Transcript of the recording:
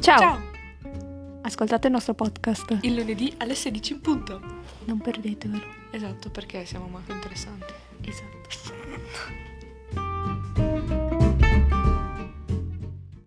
Ciao. Ciao! Ascoltate il nostro podcast. Il lunedì alle 16 in punto. Non perdetevelo. Esatto, perché siamo molto interessanti. Esatto.